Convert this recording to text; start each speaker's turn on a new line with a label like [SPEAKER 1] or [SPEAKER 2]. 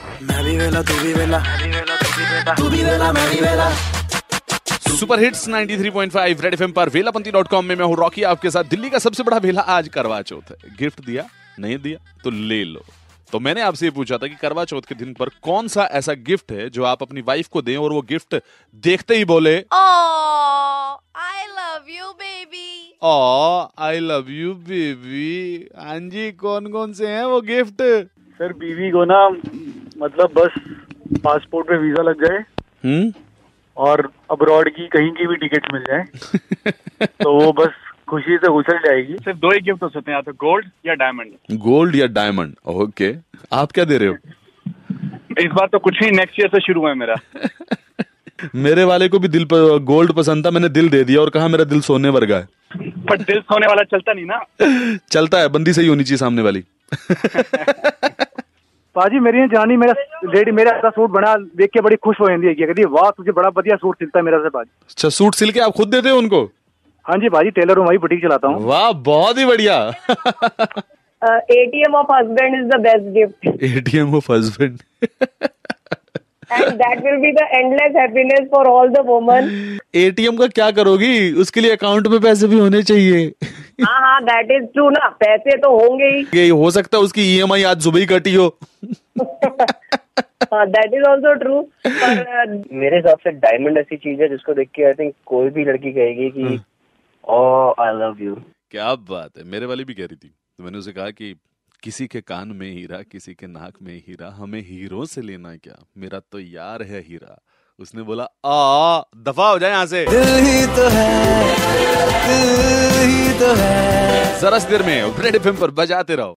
[SPEAKER 1] मैं भी वेला तू भी वेला तू भी वेला मैं भी वेला
[SPEAKER 2] सुपर हिट्स 93.5 रेड एफएम पर वेलापंती.com में मैं हूं रॉकी आपके साथ दिल्ली का सबसे बड़ा वेला आज करवा चौथ है गिफ्ट दिया नहीं दिया तो ले लो तो मैंने आपसे ये पूछा था कि करवा चौथ के दिन पर कौन सा ऐसा गिफ्ट है जो आप अपनी वाइफ को दें और वो गिफ्ट देखते ही बोले
[SPEAKER 3] Oh, I love you, baby.
[SPEAKER 2] Oh I love you baby हाँ जी कौन कौन से हैं वो गिफ्ट
[SPEAKER 4] सर बीवी को ना मतलब बस पासपोर्ट पे वीजा लग जाए
[SPEAKER 2] हम्म
[SPEAKER 4] और अब्रॉड की कहीं की भी टिकट मिल जाए तो वो बस खुशी से उछल जाएगी सिर्फ दो ही गिफ्ट हो सकते हैं या तो गोल्ड या डायमंड
[SPEAKER 2] गोल्ड या डायमंड ओके आप क्या दे रहे हो
[SPEAKER 4] इस बार तो कुछ ही नेक्स्ट ईयर से शुरू है मेरा
[SPEAKER 2] मेरे वाले को भी दिल पर गोल्ड पसंद था मैंने दिल दे दिया और कहा मेरा दिल सोने वर्गा है
[SPEAKER 4] पर दिल सोने वाला चलता नहीं ना
[SPEAKER 2] चलता है बंदी सही होनी चाहिए सामने वाली अच्छा,
[SPEAKER 5] पाजी मेरी ने जानी मेरा लेडी मेरा ऐसा सूट बना देख के बड़ी खुश हो जाती है कहती है वाह तुझे बड़ा बढ़िया सूट सिलता है मेरा से पाजी
[SPEAKER 2] अच्छा सूट सिल के आप खुद देते हो उनको
[SPEAKER 5] हाँ जी पाजी टेलर हूँ वही बुटीक चलाता हूँ
[SPEAKER 2] वाह बहुत ही बढ़िया
[SPEAKER 6] Uh, ATM of husband is the best gift,
[SPEAKER 2] ATM of husband
[SPEAKER 6] and that will be the endless happiness for all the women.
[SPEAKER 2] ATM का क्या करोगी उसके लिए अकाउंट में पैसे भी होने चाहिए
[SPEAKER 6] हाँ हाँ Ah, that is true ना पैसे तो होंगे ही
[SPEAKER 2] ये हो सकता है उसकी ईएमआई आज सुबह ही कटी हो
[SPEAKER 6] हाँ Uh, that is also true. पर uh,
[SPEAKER 7] मेरे हिसाब से डायमंड ऐसी चीज है जिसको देख के आई थिंक कोई भी लड़की कहेगी कि ओ आई लव यू
[SPEAKER 2] क्या बात है मेरे वाली भी कह रही थी तो मैंने उसे कहा कि किसी के कान में हीरा किसी के नाक में हीरा हमें हीरो से लेना क्या मेरा तो यार है हीरा उसने बोला आ दफा हो जाए यहाँ से
[SPEAKER 1] दिल ही तो है दिल ही तो है
[SPEAKER 2] जरा सी देर में रेड एफएम पर बजाते रहो